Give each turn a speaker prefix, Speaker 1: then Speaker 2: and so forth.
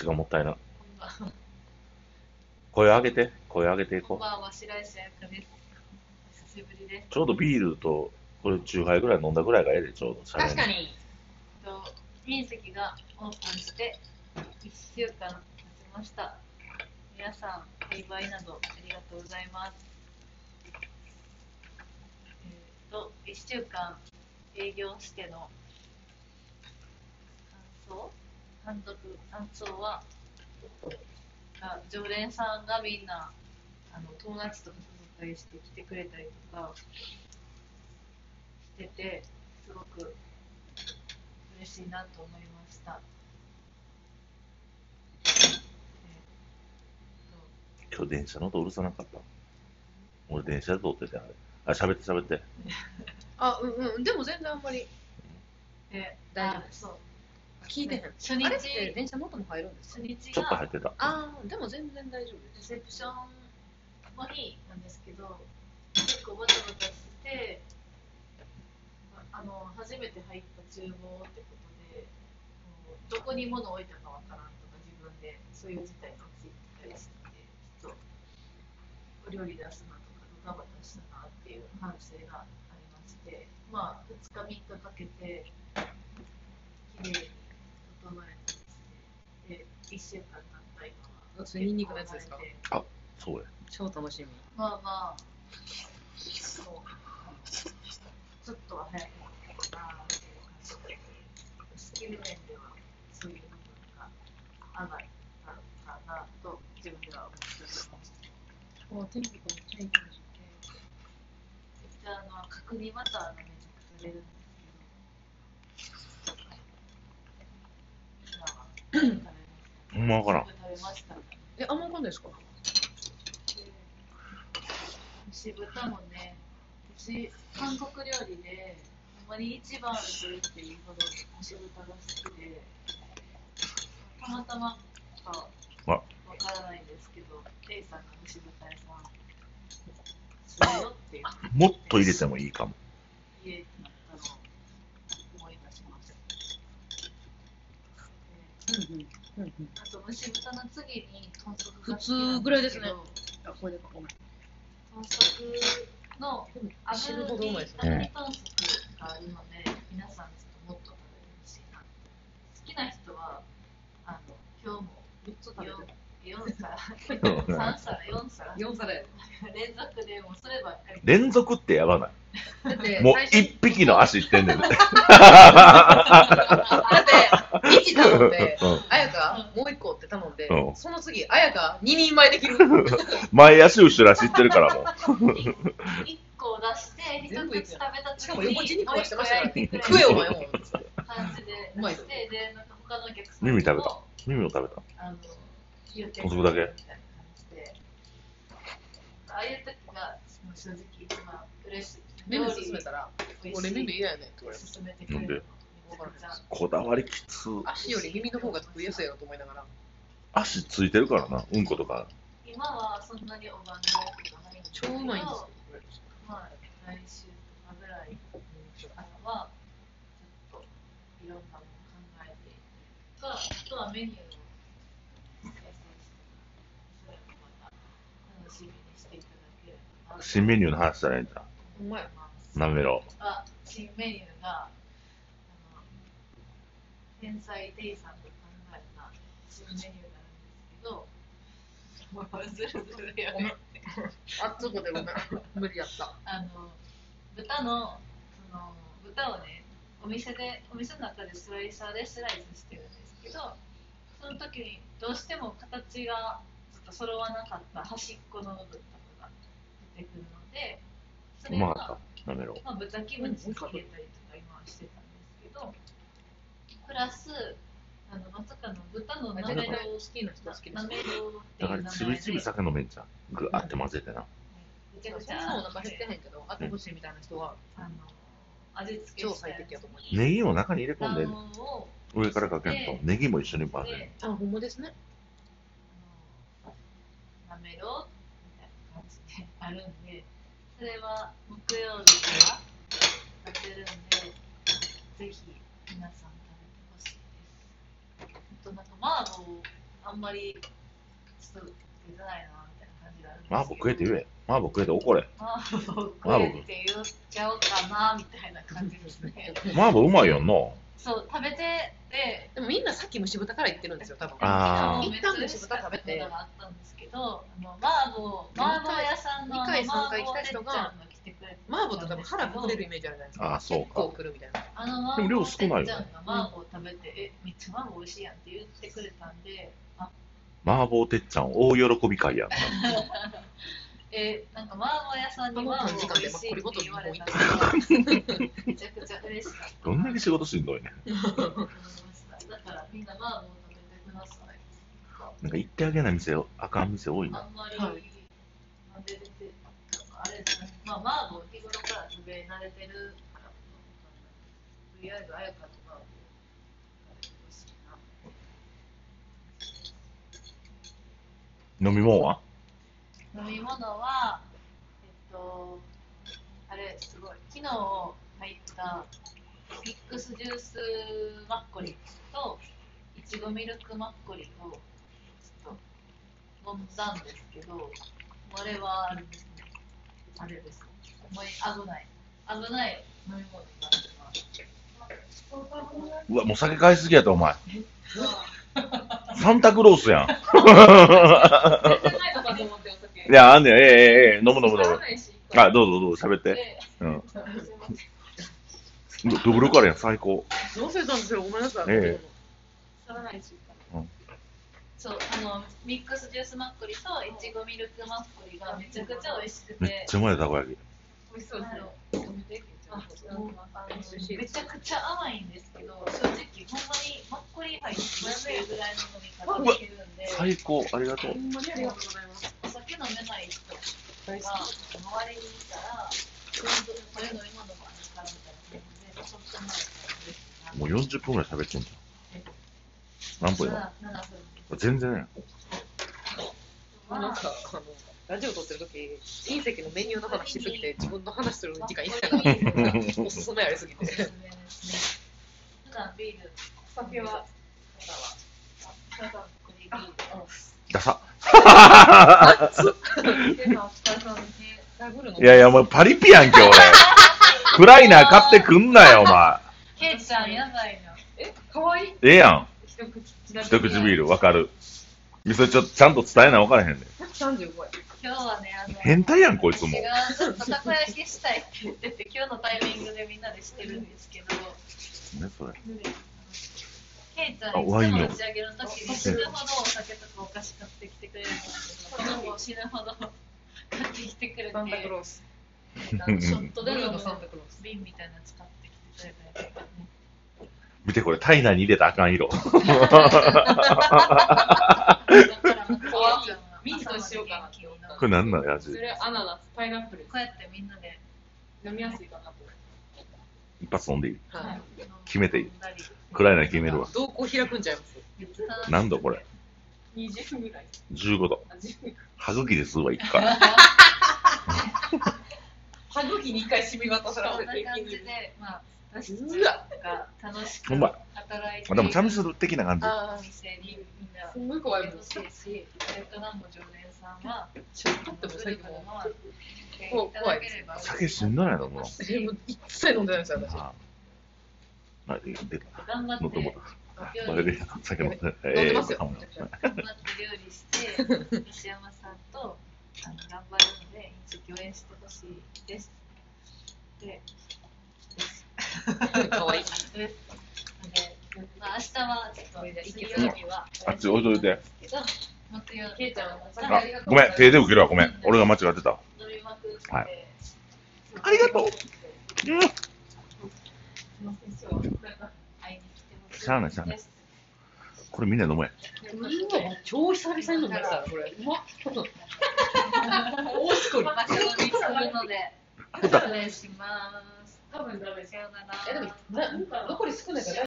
Speaker 1: 違う、もったいな。声上げて、声上げてい
Speaker 2: こん
Speaker 1: こう。
Speaker 2: ばんは、白石彩香です。久しぶりです。
Speaker 1: ちょうどビールと、これ、チューハイぐらい飲んだぐらいがええで、ちょうど。
Speaker 3: 確かに。
Speaker 2: えっと隕石がオープンして1週間経ちました。皆さん、お祝いなどありがとうございます。えっと、1週間営業しての感想、監督、感想は、あ常連さんがみんなあの友達とか誘ったりして来てくれたりとかしてて、すごく嬉しいなと思いました。え
Speaker 1: 今日電車の音うるさなかった。俺、電車で通ってて、あれ。あ、喋って喋って。
Speaker 3: あ、うんうん。でも全然あんまり
Speaker 2: ーっとで
Speaker 3: 大丈夫
Speaker 2: あ
Speaker 3: です。
Speaker 2: そう
Speaker 3: 聞いてへん。
Speaker 2: 初
Speaker 3: あれって
Speaker 2: 日
Speaker 3: 電車もっとも入るんです
Speaker 2: 初
Speaker 3: か
Speaker 1: ち
Speaker 2: 日
Speaker 1: ょっと入
Speaker 2: が
Speaker 1: ってた。
Speaker 3: ああ、でも全然大丈夫
Speaker 2: レ
Speaker 3: です。
Speaker 2: セプションの日なんですけど結構バタバタしてあの初めて入った厨房ってことでもうどこに物置いたかわからんとか自分でそういう事態が起きたりしてちょっとお料理出すなとかドタバタしたなっていう反省がありましてまあ2日3日かけて綺麗に整えたりしてで1週間経った今は
Speaker 3: それニンニクのやつですか
Speaker 1: そうや。
Speaker 3: 超楽しみ。
Speaker 2: まあまあ、そう。ちょっとは早かったなっていう感じで、スキル面ではそういう部分が上がったかなと自分では思っております。
Speaker 3: お天気がめっちゃいい感じ。
Speaker 2: じゃあ、あの、角煮バターがめちゃくちゃ出るんですけど。まあ食べま
Speaker 1: ほんまわからん。
Speaker 2: 食べました。
Speaker 3: え、あんまかんですか
Speaker 2: 蒸し豚もね、私、韓国料理で、あまり一番するっていうほど蒸し豚が好きで、たまたまかわからないんですけど、レイさんが蒸し豚 屋さん、するよっていう
Speaker 1: もっと入れてもいいかも。
Speaker 2: 家になったのを思い出しました。
Speaker 3: うんうん。うんうん。
Speaker 2: あと、蒸し豚の次に豚足が好きなん
Speaker 3: 普通ぐらいですね
Speaker 2: けど
Speaker 3: あ、これでか、ごめん。
Speaker 2: 豚足の
Speaker 3: でも
Speaker 2: 炙り
Speaker 3: どうまいです
Speaker 1: ね
Speaker 2: 炙り豚足があるので、皆さんちょっともっと食べてほしいな。好きな人は、あの今日も
Speaker 3: めっちゃ食べてる。
Speaker 2: 4皿、
Speaker 1: うん
Speaker 2: 3皿、4皿、
Speaker 3: 4皿やで
Speaker 2: 連続でもうそればっかり。
Speaker 1: 連 続ってやばな
Speaker 3: だって
Speaker 1: い。もう
Speaker 3: 最初
Speaker 1: 一匹の足いってん ねん。
Speaker 3: だって、息頼んで、
Speaker 1: うん
Speaker 3: あやか、もう一個って頼んで、
Speaker 1: うん
Speaker 3: その次、あやか、二人前できる。
Speaker 1: 前足後ろ足いってるからもう。
Speaker 2: 1個出して、一
Speaker 3: 全部いく
Speaker 2: 口食べ
Speaker 3: や
Speaker 2: た時
Speaker 3: しかも横地に壊してましたから、
Speaker 2: もう一個焼いてく
Speaker 3: 食
Speaker 2: れ
Speaker 3: え
Speaker 2: る
Speaker 3: お前も。
Speaker 2: 感じで
Speaker 3: うまい
Speaker 2: 出
Speaker 3: ぞ
Speaker 2: して、で、なんか他のお客さんにも
Speaker 1: 耳食べた。耳を食べた。
Speaker 2: あの、言うて
Speaker 1: 補足だけ
Speaker 2: みたいな感じでああいう時がその正直一番嬉しい。
Speaker 3: メ
Speaker 2: 料
Speaker 3: モ
Speaker 2: 理
Speaker 3: 進めたら、
Speaker 2: 美味し
Speaker 3: 俺
Speaker 2: い
Speaker 3: メモ嫌やねんって言われます。
Speaker 2: 進めてくれるの。めちゃくちゃ
Speaker 1: こだわりきつ。
Speaker 3: 足より耳の方が得意やすいなと思いながら。
Speaker 1: 足ついてるからな。うんことか。
Speaker 2: 今はそんなにおばんざいとかないんです
Speaker 3: 超
Speaker 2: けど
Speaker 3: うまいんですよ。
Speaker 2: まあ、来週とかぐらいからは、ちょっといろんなもの考えていくか、あとはメニューを制作して、それもまた楽しみにしていただければなと
Speaker 1: 新メニューの話したらいいんじゃ
Speaker 3: うまい
Speaker 1: ん。なめろ。
Speaker 2: あ新メニューが、あの天才デイさんと考えた新メニューなんですけど、もうずるずるや
Speaker 3: ごめん。あっつこでごめん。無理やった。
Speaker 2: あの豚のその豚をねお店でお店の中でスライサーでスライスしてるんですけどその時にどうしても形がちょっと揃わなかった端っこの部分とかが出てくるのでそうれ
Speaker 1: ま
Speaker 2: が
Speaker 1: かった。なめろ。
Speaker 2: まあ、豚キムチ入れたりとか今はしてたんですけど、プラス、あのまさかの豚のなめろう、
Speaker 3: 好きな人好きで
Speaker 2: な
Speaker 3: す
Speaker 2: め。ろうって
Speaker 1: だ
Speaker 2: い
Speaker 1: から
Speaker 2: う名
Speaker 1: ち
Speaker 2: 前
Speaker 1: び
Speaker 2: で、
Speaker 1: ちび酒飲めんじゃん。ぐわって混ぜてな。
Speaker 2: めちゃくち
Speaker 3: そん
Speaker 2: ゃ
Speaker 3: なお腹減ってへんけど、あってほしいみたいな人は、
Speaker 2: あの味付け
Speaker 3: 超
Speaker 2: した
Speaker 3: 最適
Speaker 2: や
Speaker 3: や
Speaker 2: つ
Speaker 3: と思います
Speaker 2: に
Speaker 1: ネギを中に入れ込ん
Speaker 2: 卵
Speaker 1: で
Speaker 2: 黄、を
Speaker 1: 上からかけんと。ネギも一緒に混ぜる
Speaker 2: で。
Speaker 3: あ、ほんまですね。
Speaker 2: あのなめろうみたいな感じであるんで、それは木曜日から出てるんで、ぜひ皆さん食べてほしいです。あとなんか麻婆あんまりちょっと出てないなみたいな感じがあるんですけど
Speaker 1: 麻婆食えって言え。麻婆食えって怒れ。
Speaker 2: 麻婆食えって言っちゃおうかなみたいな感じですね
Speaker 1: 麻婆うまいやんな。
Speaker 2: そう食べてで
Speaker 3: でもみんなさっき虫豚から言ってるんですよ、多分。
Speaker 1: あー
Speaker 3: 一旦虫豚食べ
Speaker 2: こと
Speaker 3: て。
Speaker 2: があったんですけどあの麻婆麻婆屋さんの
Speaker 3: 二回
Speaker 2: 麻
Speaker 3: 三
Speaker 2: 婆
Speaker 3: 回来
Speaker 2: レ
Speaker 3: た
Speaker 2: ッちゃ
Speaker 3: 人
Speaker 2: ん
Speaker 3: が
Speaker 2: が来てくれて
Speaker 3: 麻婆と多分腹膨れるイメージあるじゃないですか。
Speaker 1: ああ、そう
Speaker 3: 結
Speaker 1: か
Speaker 3: 構。来るみたいな。
Speaker 2: あの
Speaker 1: でも量少ないよね
Speaker 2: 麻婆食べて、え、めっちゃ麻婆美味しいやんって言ってくれたんで、あ、
Speaker 1: 麻婆てっちゃん大喜び会やんな。
Speaker 2: え、なんか麻婆屋さんに麻婆美味しいって言われたから、めちゃくちゃ嬉しかった。
Speaker 1: どんだけ仕事しんどいね。
Speaker 2: 思いましただからみんな麻婆食べてください。
Speaker 1: なんか行ってあげない店、あかん店多いな。
Speaker 2: あんまり、
Speaker 3: はい
Speaker 2: なんで出て、なんかあれですね、まあ麻婆日頃から食べ慣れてるから、とりあえずあやかと麻婆、美味しいな。
Speaker 1: 飲み物は
Speaker 2: 飲み物は、えっと、あれ、すごい、昨日入ったミックスジュースマッコリと、いちごミルクマッコリをちょっと飲んだんですけど、これはあれですね、あれです、思い危ない、危ない飲み物になってます。
Speaker 1: うわ、もう酒買いすぎやった、お 前。
Speaker 2: う
Speaker 1: サンタクロース やん。
Speaker 2: わ全然ないのかと思ってお酒。
Speaker 1: いや、あんねん。ええええええ、飲む飲む飲
Speaker 2: わ
Speaker 1: む
Speaker 2: か。らないし一個
Speaker 1: あ、どうぞどうぞ、喋って。
Speaker 2: で
Speaker 1: うん。
Speaker 2: すいません
Speaker 1: どドブロカレーやん、最高。
Speaker 3: どうせたんですよ、ごめんなさい。
Speaker 1: え
Speaker 2: さらないし
Speaker 1: うん
Speaker 2: そうあのミックスジュースマッコリといちごミルクマッコリがめちゃくちゃ美味しくて
Speaker 1: めっちゃうまいたこ焼き。
Speaker 3: 美味しそうですよ。
Speaker 2: あのあのめちゃくちゃ甘いんですけど正直ほんまにマッコリ入って500円ぐらいの飲み方できるんで
Speaker 1: 最高、ありがとう
Speaker 3: ほ。んまにありがとうございます。
Speaker 2: お酒飲めない人が
Speaker 3: 大好
Speaker 2: 周りにいたらそういうそういう飲み物もあるからみたいな感じでそっとない
Speaker 1: もう40分ぐらい喋ってんじゃん。何分や
Speaker 2: な7分
Speaker 1: 全然 や。
Speaker 3: き。なんか、あの、ラジオ撮ってる時、隕石のメニューの話しすぎて、自分の話する時間一切なかったから、おすすめありすぎ
Speaker 2: おすす
Speaker 3: て。
Speaker 2: めですね。普段ビール、お
Speaker 4: 酒は、
Speaker 2: ただは、ただはクリームビールを
Speaker 1: ダサ。
Speaker 2: 今お疲れ様です
Speaker 3: ダブルの。
Speaker 1: いやいや、お前パリピやんけ、俺。フライナー買ってくんなよ、お前。
Speaker 2: ケイちゃんやばいな。
Speaker 4: え、可愛い
Speaker 1: ええやん。
Speaker 4: 一口だけ
Speaker 1: 一口ビール、わかる。それちょ、ちゃんと伝えな、わからへんねん。
Speaker 4: 135円。
Speaker 2: 今日はね、あの、
Speaker 1: 変態やんこいつも
Speaker 2: 私がちょっとたこ焼きしたいって言ってて、今日のタイミングでみんなでしてるんですけど、
Speaker 1: ね、それ。
Speaker 2: ケイちゃ
Speaker 1: あ
Speaker 2: ん、いつも
Speaker 1: ワインの
Speaker 2: 打ち上げの時に死ぬほどお酒とかお菓子買ってきてくれるんですけど、昨日も死ぬほど買ってきてくれて、
Speaker 4: サンタクロ
Speaker 2: あ
Speaker 4: ース。
Speaker 2: のショット
Speaker 3: ド
Speaker 2: で
Speaker 3: ブル
Speaker 2: の
Speaker 3: のサンタクロース。
Speaker 2: 瓶みたいなの使ってきてくれたりとかね。
Speaker 1: 見てこれ、体内に入れたらあかん色。
Speaker 2: ミントしようかなって思った
Speaker 1: これなんなのや
Speaker 4: そ
Speaker 1: じ。
Speaker 4: れアナナス、パイナップル。
Speaker 2: こうやってみんなで
Speaker 4: 飲みやすいかなと思って。
Speaker 1: 一発飲んでいい。
Speaker 3: はい。
Speaker 1: 決めていい暗いな決めるわ。
Speaker 3: 動向開くんちゃいます。
Speaker 1: 何度これ
Speaker 4: 20ぐらい。
Speaker 1: 15度。
Speaker 4: あ、10
Speaker 1: 歯茎ですわ、一回。
Speaker 4: 歯茎に一回染み渡さ
Speaker 2: そ
Speaker 4: れ
Speaker 2: んな
Speaker 4: て、
Speaker 2: 感
Speaker 4: 一気
Speaker 2: じ
Speaker 4: に。
Speaker 2: で、まあ、私たち
Speaker 3: うわ
Speaker 2: が楽しく
Speaker 1: ほんま
Speaker 2: 働いて
Speaker 1: あでも、チャミスル的な感じ。
Speaker 3: あ
Speaker 2: お店にみんな
Speaker 4: すんごい怖
Speaker 2: 来
Speaker 4: いも
Speaker 2: て
Speaker 4: ん
Speaker 2: ほ。しいし、ベトナムの常連さんは、
Speaker 3: ちょっと
Speaker 2: グ
Speaker 3: 待っ
Speaker 2: ル
Speaker 3: ても最
Speaker 2: グ
Speaker 3: 近
Speaker 2: ル
Speaker 3: も
Speaker 2: 回っていただければ
Speaker 1: 酒死んどないのもう。
Speaker 3: う。えもう一切飲んでないんですよ、私。
Speaker 1: ああ。あ、で、で、
Speaker 2: 頑張って
Speaker 1: もっともっと。ああれで、酒飲んで。
Speaker 3: 飲んでます
Speaker 1: ええ
Speaker 3: よ。
Speaker 2: 頑張って料理して、西山さんとあの頑張るので、一応共演してほしいです。で、
Speaker 3: 可愛い。
Speaker 2: ですので、まあ、明日はちょっと、水曜日は、
Speaker 1: あっち置いといて。
Speaker 2: けど、木曜日、
Speaker 4: ケイちゃんはお酒
Speaker 1: あ
Speaker 4: ありがと、う
Speaker 1: ごめん、手で受けるわ、ごめん。俺が間違ってた。
Speaker 2: 飲みまくって、
Speaker 1: は
Speaker 2: ありがとう。
Speaker 1: うん
Speaker 2: 会いに来てほしいです。
Speaker 1: しゃあないしゃあないこれみんな飲め。
Speaker 3: うわ、超久々に飲んでた、これ。うまっ。 大しこり。
Speaker 2: 場所にするので、
Speaker 1: た
Speaker 2: 失礼します。
Speaker 4: 多分ダメです。
Speaker 2: さようなら。
Speaker 3: え、でも、な残り少ないから。